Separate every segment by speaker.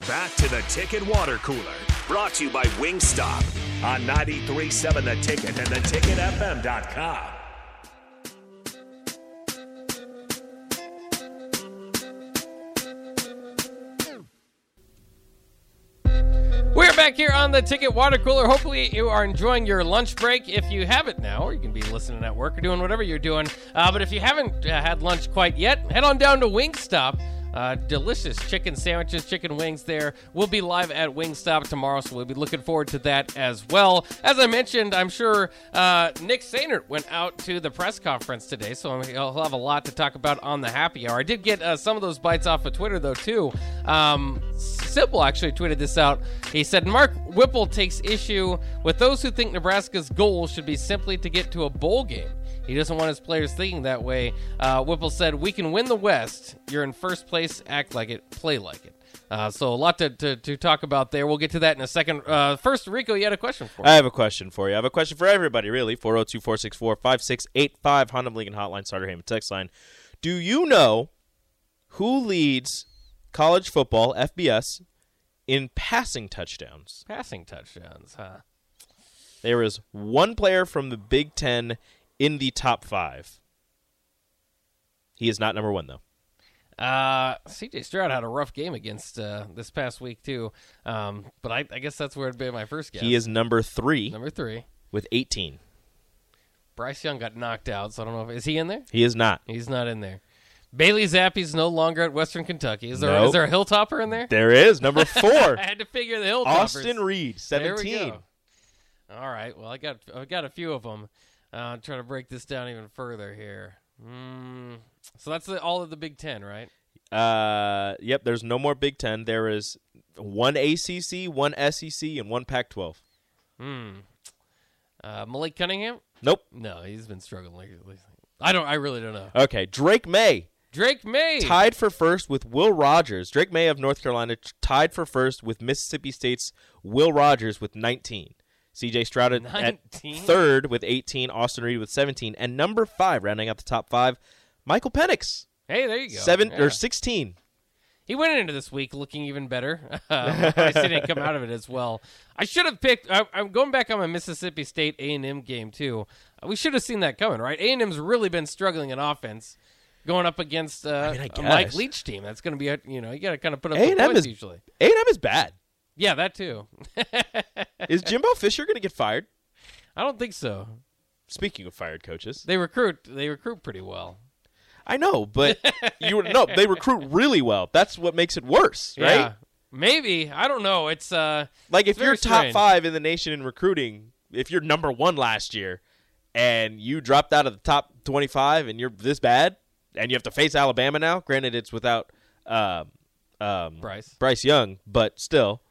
Speaker 1: Back to the Ticket Water Cooler, brought to you by Wingstop on 93.7 The Ticket and theticketfm.com.
Speaker 2: We're back here on the Ticket Water Cooler. Hopefully, you are enjoying your lunch break. If you haven't now, or you can be listening at work or doing whatever you're doing. Uh, but if you haven't uh, had lunch quite yet, head on down to Wingstop. Uh, delicious chicken sandwiches, chicken wings there. We'll be live at Wingstop tomorrow, so we'll be looking forward to that as well. As I mentioned, I'm sure uh, Nick Sainert went out to the press conference today, so I'm- he'll have a lot to talk about on the happy hour. I did get uh, some of those bites off of Twitter, though, too. Um, Sipple actually tweeted this out. He said, Mark Whipple takes issue with those who think Nebraska's goal should be simply to get to a bowl game. He doesn't want his players thinking that way. Uh, Whipple said, "We can win the West. You're in first place. Act like it. Play like it." Uh, so a lot to, to, to talk about there. We'll get to that in a second. Uh, first, Rico, you had a question for me.
Speaker 3: I have a question for you. I have a question for everybody, really. 402 464 5685, Honda of Lincoln Hotline, Starter Heyman Text Line. Do you know who leads college football, FBS, in passing touchdowns?
Speaker 2: Passing touchdowns, huh?
Speaker 3: There is one player from the Big Ten in the top five. He is not number one, though.
Speaker 2: Uh, CJ Stroud had a rough game against uh, this past week too. Um, but I, I guess that's where it'd be my first guess.
Speaker 3: He is number three
Speaker 2: number three.
Speaker 3: with 18.
Speaker 2: Bryce Young got knocked out, so I don't know if is he in there.
Speaker 3: He is not.
Speaker 2: He's not in there. Bailey Zappi's no longer at Western Kentucky. Is there is
Speaker 3: Nope.
Speaker 2: there a Hilltopper in there?
Speaker 3: There is. Number four,
Speaker 2: I had to figure the Hilltoppers.
Speaker 3: Austin Reed,
Speaker 2: There we
Speaker 3: 17.
Speaker 2: go. All right. Well, I got I got a few of them. Uh, I'm trying to break this down even further here. Mm, so that's the, all of the Big Ten, right?
Speaker 3: Uh, yep. There's no more Big Ten. There is one ACC, one SEC, and one Pac-12.
Speaker 2: Hmm. Uh, Malik Cunningham?
Speaker 3: Nope.
Speaker 2: No, he's been struggling lately. I don't. I really don't know.
Speaker 3: Okay. Drake May
Speaker 2: Drake May.
Speaker 3: tied for first with Will Rogers. Drake May of North Carolina t- tied for first with Mississippi State's Will Rogers with 19. C.J. Stroud at- at
Speaker 2: 19?
Speaker 3: third with 18. Austin Reed with 17, and number five, rounding out the top five, Michael Penix
Speaker 2: Hey, there you go.
Speaker 3: seven
Speaker 2: Yeah.
Speaker 3: or 16.
Speaker 2: He went into this week looking even better. Uh, I didn't come out of it as well. I should have picked. I, I'm going back on my Mississippi State A and M game too. Uh, We should have seen that coming, right? A and M's really been struggling in offense, going up against uh,
Speaker 3: mean, I
Speaker 2: a Mike
Speaker 3: guess.
Speaker 2: Leach team. That's going to be a, you know you got to kind of put up the
Speaker 3: A&M
Speaker 2: points
Speaker 3: is-
Speaker 2: usually.
Speaker 3: A&M is bad.
Speaker 2: Yeah, that too.
Speaker 3: Is Jimbo Fisher going to get fired?
Speaker 2: I don't think so.
Speaker 3: Speaking of fired coaches,
Speaker 2: They recruit. They recruit pretty well.
Speaker 3: I know, but you no, they recruit really well. That's what makes it worse, right?
Speaker 2: Yeah. Maybe I don't know. It's uh
Speaker 3: Like if
Speaker 2: Very
Speaker 3: you're top
Speaker 2: strange.
Speaker 3: five in the nation in recruiting, if you're number one last year, and you dropped out of the top twenty-five, and you're this bad, and you have to face Alabama now. Granted, it's without um, um,
Speaker 2: Bryce.
Speaker 3: Bryce Young, but still,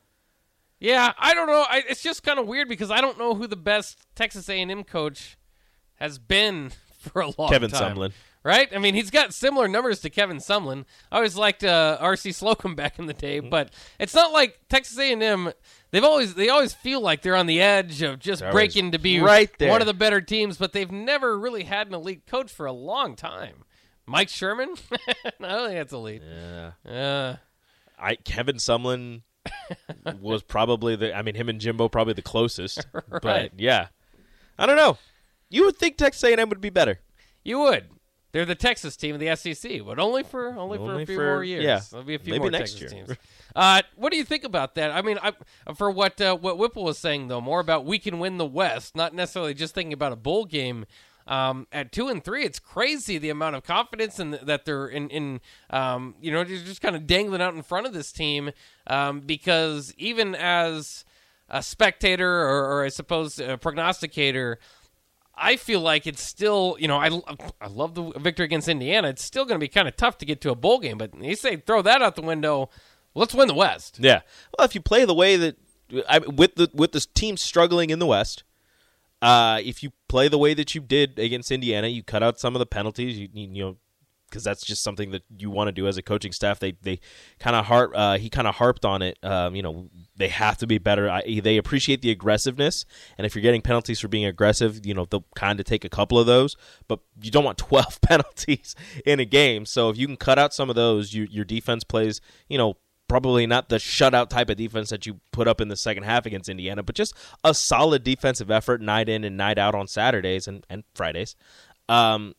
Speaker 2: Yeah, I don't know. I, it's just kind of weird because I don't know who the best Texas A&M coach has been for a long
Speaker 3: Kevin
Speaker 2: time.
Speaker 3: Sumlin.
Speaker 2: right? I mean, he's got similar numbers to Kevin Sumlin. I always liked uh, R.C. Slocum back in the day,
Speaker 3: Mm-hmm.
Speaker 2: but it's not like Texas A&M. They've always they always feel like they're on the edge of just
Speaker 3: They're always
Speaker 2: breaking to be
Speaker 3: right there.
Speaker 2: one of the better teams, but they've never really had an elite coach for a long time. Mike Sherman, I don't think that's elite. Uh,
Speaker 3: I Kevin Sumlin was probably the. I mean, him and Jimbo probably the closest.
Speaker 2: Right.
Speaker 3: But yeah, I don't know. You would think Texas A&M would be better.
Speaker 2: You would. They're the Texas team of the SEC, but only for only, for a
Speaker 3: Only
Speaker 2: few
Speaker 3: for-
Speaker 2: more years.
Speaker 3: yeah.
Speaker 2: there'll be a few
Speaker 3: Maybe
Speaker 2: more
Speaker 3: next
Speaker 2: Texas
Speaker 3: year.
Speaker 2: teams. Uh, what do you think about that? I mean, I, for what uh, what Whipple was saying though, more about we can win the West, not necessarily just thinking about a bowl game. Um, at two and three, it's crazy the amount of confidence and that they're in, in um, you know, just kind of dangling out in front of this team. Um, because even as a spectator or, or I suppose a prognosticator, I feel like it's still, you know, I, I love the victory against Indiana. It's still going to be kind of tough to get to a bowl game, but they say throw that out the window. Let's win the West.
Speaker 3: Yeah. Well, if you play the way that I, with the with this team struggling in the West, uh, if you play the way that you did against Indiana, you cut out some of the penalties. You you, you know. Because that's just something that you want to do as a coaching staff. They they kind of harp. Uh, he kind of harped on it. Um, you know, they have to be better. I, they appreciate the aggressiveness, and if you're getting penalties for being aggressive, you know they'll kind of take a couple of those. But you don't want 12 penalties in a game. So if you can cut out some of those, you, your defense plays. You know, probably not the shutout type of defense that you put up in the second half against Indiana, but just a solid defensive effort night in and night out on Saturdays and, and Fridays, um,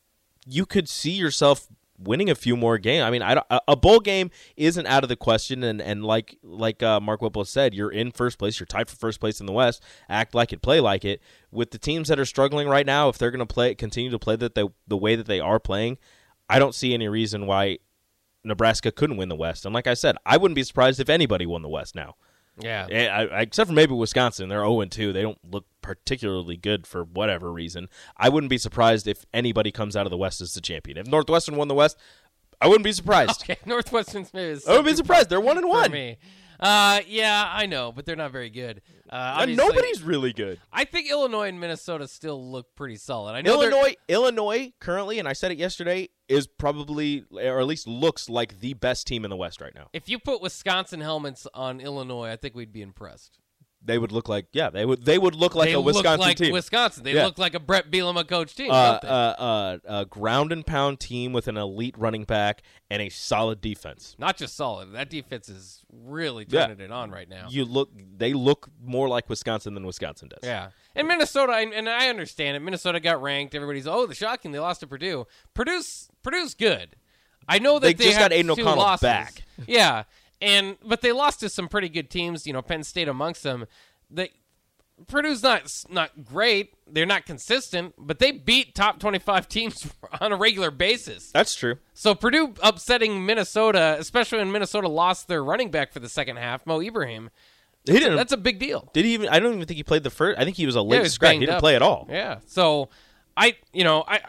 Speaker 3: you could see yourself winning a few more games. I mean, I don't- a- a bowl game isn't out of the question, and and like like uh, Mark Whipple said, you're in first place, you're tied for first place in the West. Act like it, play like it. With the teams that are struggling right now, if they're going to play, continue to play that they, the way that they are playing, I don't see any reason why Nebraska couldn't win the West. And like I said, I wouldn't be surprised if anybody won the West now.
Speaker 2: Yeah.
Speaker 3: Eh, I, I, except for maybe Wisconsin, they're 0 2. They don't look particularly good for whatever reason. I wouldn't be surprised if anybody comes out of the West as the champion. If Northwestern won the West, I wouldn't be surprised.
Speaker 2: Okay, Northwestern's maybe is
Speaker 3: I wouldn't be surprised. They're one and
Speaker 2: for
Speaker 3: Oh, one.
Speaker 2: me. Uh, yeah, I know, but they're not very good. Uh,
Speaker 3: And
Speaker 2: obviously-
Speaker 3: nobody's really good.
Speaker 2: I think Illinois and Minnesota still look pretty solid. I know they're-
Speaker 3: Illinois, Illinois currently, and I said it yesterday, is probably or at least looks like the best team in the West right now.
Speaker 2: If you put Wisconsin helmets on Illinois, I think we'd be impressed.
Speaker 3: They would look like yeah, they would they would look like
Speaker 2: they
Speaker 3: a Wisconsin
Speaker 2: look like
Speaker 3: team.
Speaker 2: Wisconsin. They
Speaker 3: Yeah.
Speaker 2: look like a Brett Bielema coach team.
Speaker 3: uh,
Speaker 2: don't they?
Speaker 3: uh, uh, a ground and pound team with an elite running back and a solid defense.
Speaker 2: Not just solid. That defense is really
Speaker 3: Yeah.
Speaker 2: turning it on right now.
Speaker 3: You look, they look more like Wisconsin than Wisconsin does.
Speaker 2: Yeah. And Minnesota, and, and I understand it. Minnesota got ranked. Everybody's, oh, the shocking. They lost to Purdue. Purdue's Purdue's good. I know that
Speaker 3: They
Speaker 2: they,
Speaker 3: just
Speaker 2: had
Speaker 3: got Aiden
Speaker 2: two
Speaker 3: O'Connell
Speaker 2: losses.
Speaker 3: back.
Speaker 2: Yeah, and but they lost to some pretty good teams. You know, Penn State amongst them. They Purdue's not not great. They're not consistent, but they beat top twenty five teams on a regular basis.
Speaker 3: That's true.
Speaker 2: So Purdue upsetting Minnesota, especially when Minnesota lost their running back for the second half, Mo Ibrahim.
Speaker 3: He didn't.
Speaker 2: That's a big deal.
Speaker 3: did he even? I don't even think he played the first. I think he was a
Speaker 2: Yeah,
Speaker 3: late
Speaker 2: was
Speaker 3: scratch. He
Speaker 2: banged
Speaker 3: didn't
Speaker 2: up.
Speaker 3: play at all.
Speaker 2: Yeah. So I, you know, I,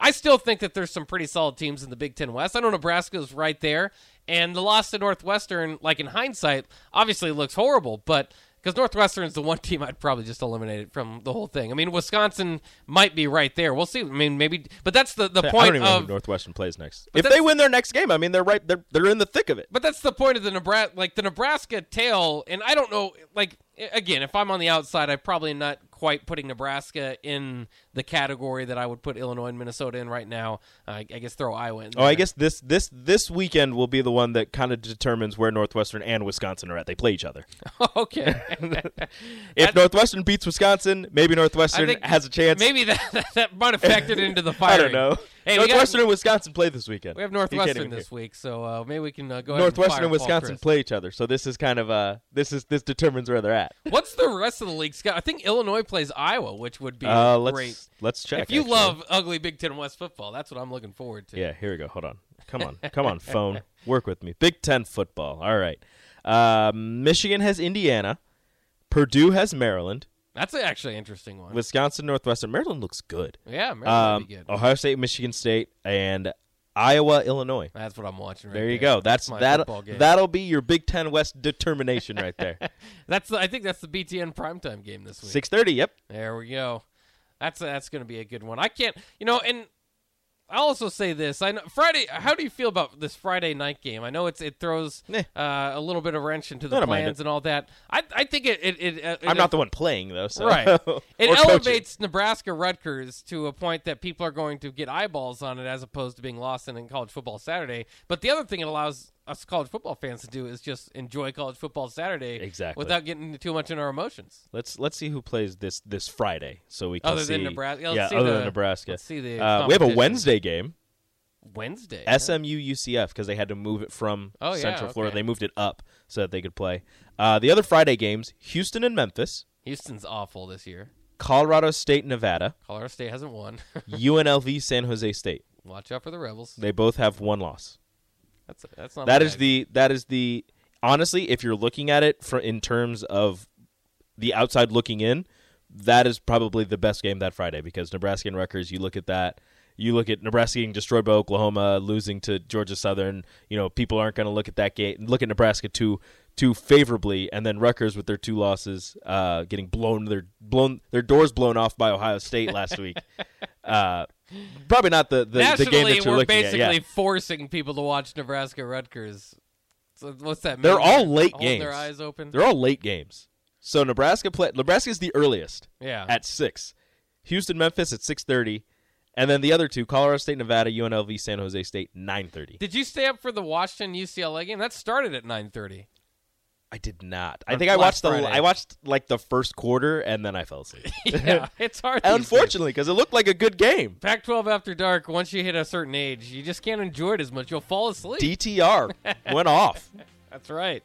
Speaker 2: I still think that there's some pretty solid teams in the Big Ten West. I know Nebraska's right there, and the loss to Northwestern, like in hindsight, obviously looks horrible, but. Because Northwestern's the one team I'd probably just eliminate from the whole thing. I mean, Wisconsin might be right there. We'll see. I mean, maybe, but that's the, the
Speaker 3: I
Speaker 2: point
Speaker 3: don't even know
Speaker 2: of
Speaker 3: who Northwestern plays next. If they
Speaker 2: that's-
Speaker 3: win their next game, I mean, they're right. They're they're in the thick of it.
Speaker 2: But that's the point of the Nebraska, like the Nebraska tale. And I don't know, like a- again, if I'm on the outside, I'm probably not quite putting Nebraska in the category that I would put Illinois and Minnesota in right now. I I guess throw Iowa in.
Speaker 3: Oh, I
Speaker 2: there.
Speaker 3: guess this this this weekend will be the one that kind of determines where Northwestern and Wisconsin are at. They play each other.
Speaker 2: okay.
Speaker 3: If Northwestern beats Wisconsin, maybe Northwestern has a chance.
Speaker 2: Maybe that, that might have factored into the
Speaker 3: I
Speaker 2: firing.
Speaker 3: don't know.
Speaker 2: Hey, we, got,
Speaker 3: Northwestern and Wisconsin play this weekend.
Speaker 2: we have
Speaker 3: You can't
Speaker 2: Northwestern
Speaker 3: even
Speaker 2: this
Speaker 3: hear.
Speaker 2: week, so uh, maybe we can uh, go ahead.
Speaker 3: Northwestern
Speaker 2: and,
Speaker 3: and
Speaker 2: fire Paul
Speaker 3: Wisconsin
Speaker 2: Chris.
Speaker 3: play each other, so this is kind of uh this is this determines where they're at.
Speaker 2: What's the rest of the league? Scott? I think Illinois plays Iowa, which would be
Speaker 3: Uh, let's
Speaker 2: great.
Speaker 3: let's check.
Speaker 2: If you
Speaker 3: actually.
Speaker 2: love ugly Big Ten West football, that's what I'm looking forward to.
Speaker 3: yeah, here we go. Hold on, come on, come on, phone, work with me. Big Ten football. All right, uh, Michigan has Indiana, Purdue has Maryland,
Speaker 2: That's a- actually an interesting one.
Speaker 3: Wisconsin, Northwestern. Maryland looks good.
Speaker 2: yeah, Maryland
Speaker 3: Um,
Speaker 2: would be good.
Speaker 3: Ohio State, Michigan State, and Iowa, Illinois.
Speaker 2: That's what I'm watching. Right
Speaker 3: There you
Speaker 2: there.
Speaker 3: go. That's
Speaker 2: my
Speaker 3: that.
Speaker 2: football game.
Speaker 3: That'll be your Big Ten West determination right there.
Speaker 2: That's the, I think that's the BTN primetime game this week.
Speaker 3: Six thirty. Yep.
Speaker 2: There we go. That's that's going to be a good one. I can't, you know, and I also say this. I know Friday. How do you feel about this Friday night game? I know it's it throws
Speaker 3: Eh.
Speaker 2: uh, a little bit of wrench into
Speaker 3: I
Speaker 2: the
Speaker 3: don't mind
Speaker 2: plans
Speaker 3: it.
Speaker 2: and all that. I I think it it, it, uh, it
Speaker 3: I'm not the one playing though. So.
Speaker 2: Right.
Speaker 3: Or
Speaker 2: It
Speaker 3: coaching.
Speaker 2: elevates Nebraska Rutgers to a point that people are going to get eyeballs on it as opposed to being lost in, in college football Saturday. But the other thing it allows us college football fans to do is just enjoy college football Saturday
Speaker 3: Exactly.
Speaker 2: without getting too much in our emotions.
Speaker 3: Let's let's see who plays this this Friday, so we can
Speaker 2: Other
Speaker 3: see.
Speaker 2: than Nebraska- let's
Speaker 3: yeah,
Speaker 2: see
Speaker 3: other
Speaker 2: the-
Speaker 3: than Nebraska.
Speaker 2: let's see the
Speaker 3: Uh, we have a
Speaker 2: competition.
Speaker 3: Wednesday game,
Speaker 2: Wednesday.
Speaker 3: SMU UCF, because they had to move it from
Speaker 2: Oh, yeah,
Speaker 3: Central Florida.
Speaker 2: okay.
Speaker 3: They moved it up so that they could play. Uh, the other Friday games: Houston and Memphis,
Speaker 2: Houston's awful this year.
Speaker 3: Colorado State, Nevada,
Speaker 2: Colorado State hasn't won.
Speaker 3: UNLV, San Jose State.
Speaker 2: Watch out for the Rebels.
Speaker 3: They both have one loss.
Speaker 2: That's that's not
Speaker 3: That
Speaker 2: bad.
Speaker 3: is the that is the honestly, if you're looking at it for, in terms of the outside looking in, that is probably the best game that Friday because Nebraska and Rutgers. You look at that. You look at Nebraska getting destroyed by Oklahoma, losing to Georgia Southern. You know, people aren't going to look at that game, look at Nebraska too too favorably, and then Rutgers with their two losses, uh, getting blown their blown their doors blown off by Ohio State last week. Uh, probably not the the, the
Speaker 2: nationally.
Speaker 3: game that you're
Speaker 2: we're
Speaker 3: looking at.
Speaker 2: basically
Speaker 3: yeah.
Speaker 2: forcing people to watch Nebraska Rutgers. So what's that?
Speaker 3: They're
Speaker 2: mean?
Speaker 3: all late
Speaker 2: Holding Their
Speaker 3: games.
Speaker 2: eyes open.
Speaker 3: They're all late games. So Nebraska play Nebraska's the earliest
Speaker 2: yeah.
Speaker 3: at six. Houston Memphis at six thirty, And then the other two, Colorado State, Nevada, UNLV, San Jose State, 9:30.
Speaker 2: Did you stay up for the Washington UCLA game? That started at 9:30.
Speaker 3: I did not.
Speaker 2: On
Speaker 3: I think I
Speaker 2: Black
Speaker 3: watched the
Speaker 2: Friday.
Speaker 3: I watched like the first quarter and then I fell asleep.
Speaker 2: yeah, it's hard. these days.
Speaker 3: Unfortunately, because it looked like a good game.
Speaker 2: Pac-12 after dark. Once you hit a certain age, you just can't enjoy it as much. You'll fall asleep.
Speaker 3: DTR went off.
Speaker 2: That's right.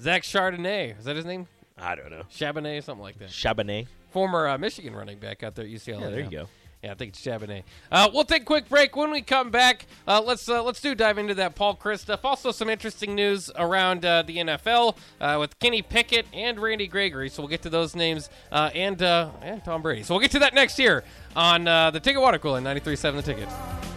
Speaker 2: Zach Chardonnay is that his name?
Speaker 3: I don't know.
Speaker 2: Chabonet, something like that.
Speaker 3: Chabonet.
Speaker 2: Former uh, Michigan running back out there at UCLA.
Speaker 3: Yeah, there you
Speaker 2: now.
Speaker 3: go.
Speaker 2: Yeah, I think it's Chabonet. Uh, we'll take a quick break. When we come back, uh, let's uh, let's do dive into that Paul Chris stuff. Also, some interesting news around uh, the NFL uh, with Kenny Pickett and Randy Gregory. So we'll get to those names uh, and uh, and Tom Brady. So we'll get to that next year on uh, the Ticket Water Cooler 93.7 The Ticket.